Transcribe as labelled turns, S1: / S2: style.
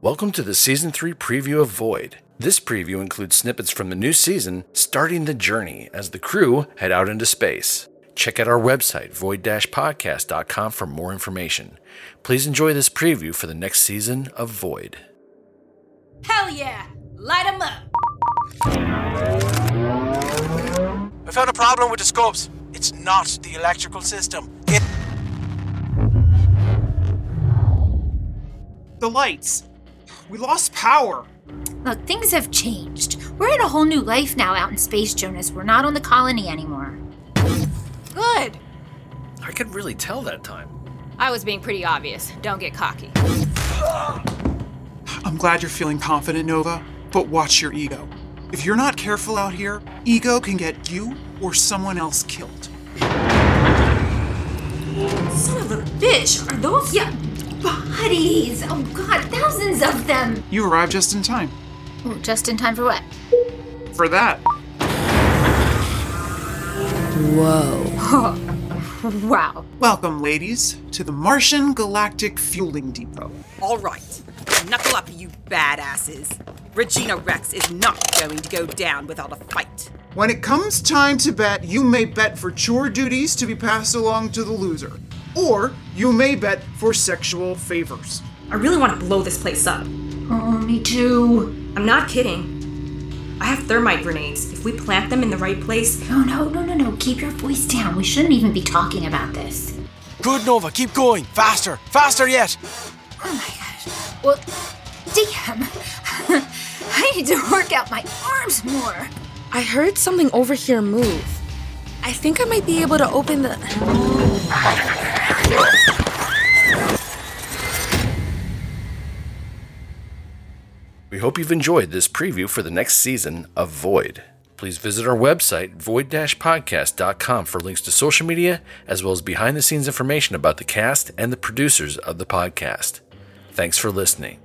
S1: Welcome to the Season 3 preview of Void. This preview includes snippets from the new season, starting the journey as the crew head out into space. Check out our website, void podcast.com, for more information. Please enjoy this preview for the next season of Void.
S2: Hell yeah! Light 'em up!
S3: I found a problem with the scopes. It's not the electrical system. It-
S4: The lights. We lost power.
S2: Look, things have changed. We're in a whole new life now out in space, Jonas. We're not on the colony anymore. Good!
S1: I could really tell that time.
S5: I was being pretty obvious. Don't get cocky.
S4: I'm glad you're feeling confident, Nova, but watch your ego. If you're not careful out here, ego can get you or someone else killed.
S2: Son of a bitch! Are those. Yeah, bodies! Oh god, thousands of them!
S4: You arrived just in time.
S2: Well, just in time for what?
S4: For that.
S2: Wow.
S4: Welcome, ladies, to the Martian Galactic Fueling Depot.
S6: All right, knuckle up, you badasses. Regina Rex is not going to go down without a fight.
S4: When it comes time to bet, you may bet for chore duties to be passed along to the loser, or you may bet for sexual favors.
S7: I really want to blow this place up.
S2: Oh, me too.
S7: I'm not kidding. I have thermite grenades. If we plant them in the right place,
S2: No, no, no, no, no. Keep your voice down. We shouldn't even be talking about this.
S3: Good, Nova. Keep going. Faster. Faster yet.
S2: Oh my gosh. Well, damn. I need to work out my arms more.
S8: I heard something over here move. I think I might be able to open the.
S1: We hope you've enjoyed this preview for the next season of Void. Please visit our website, void podcast.com, for links to social media, as well as behind the scenes information about the cast and the producers of the podcast. Thanks for listening.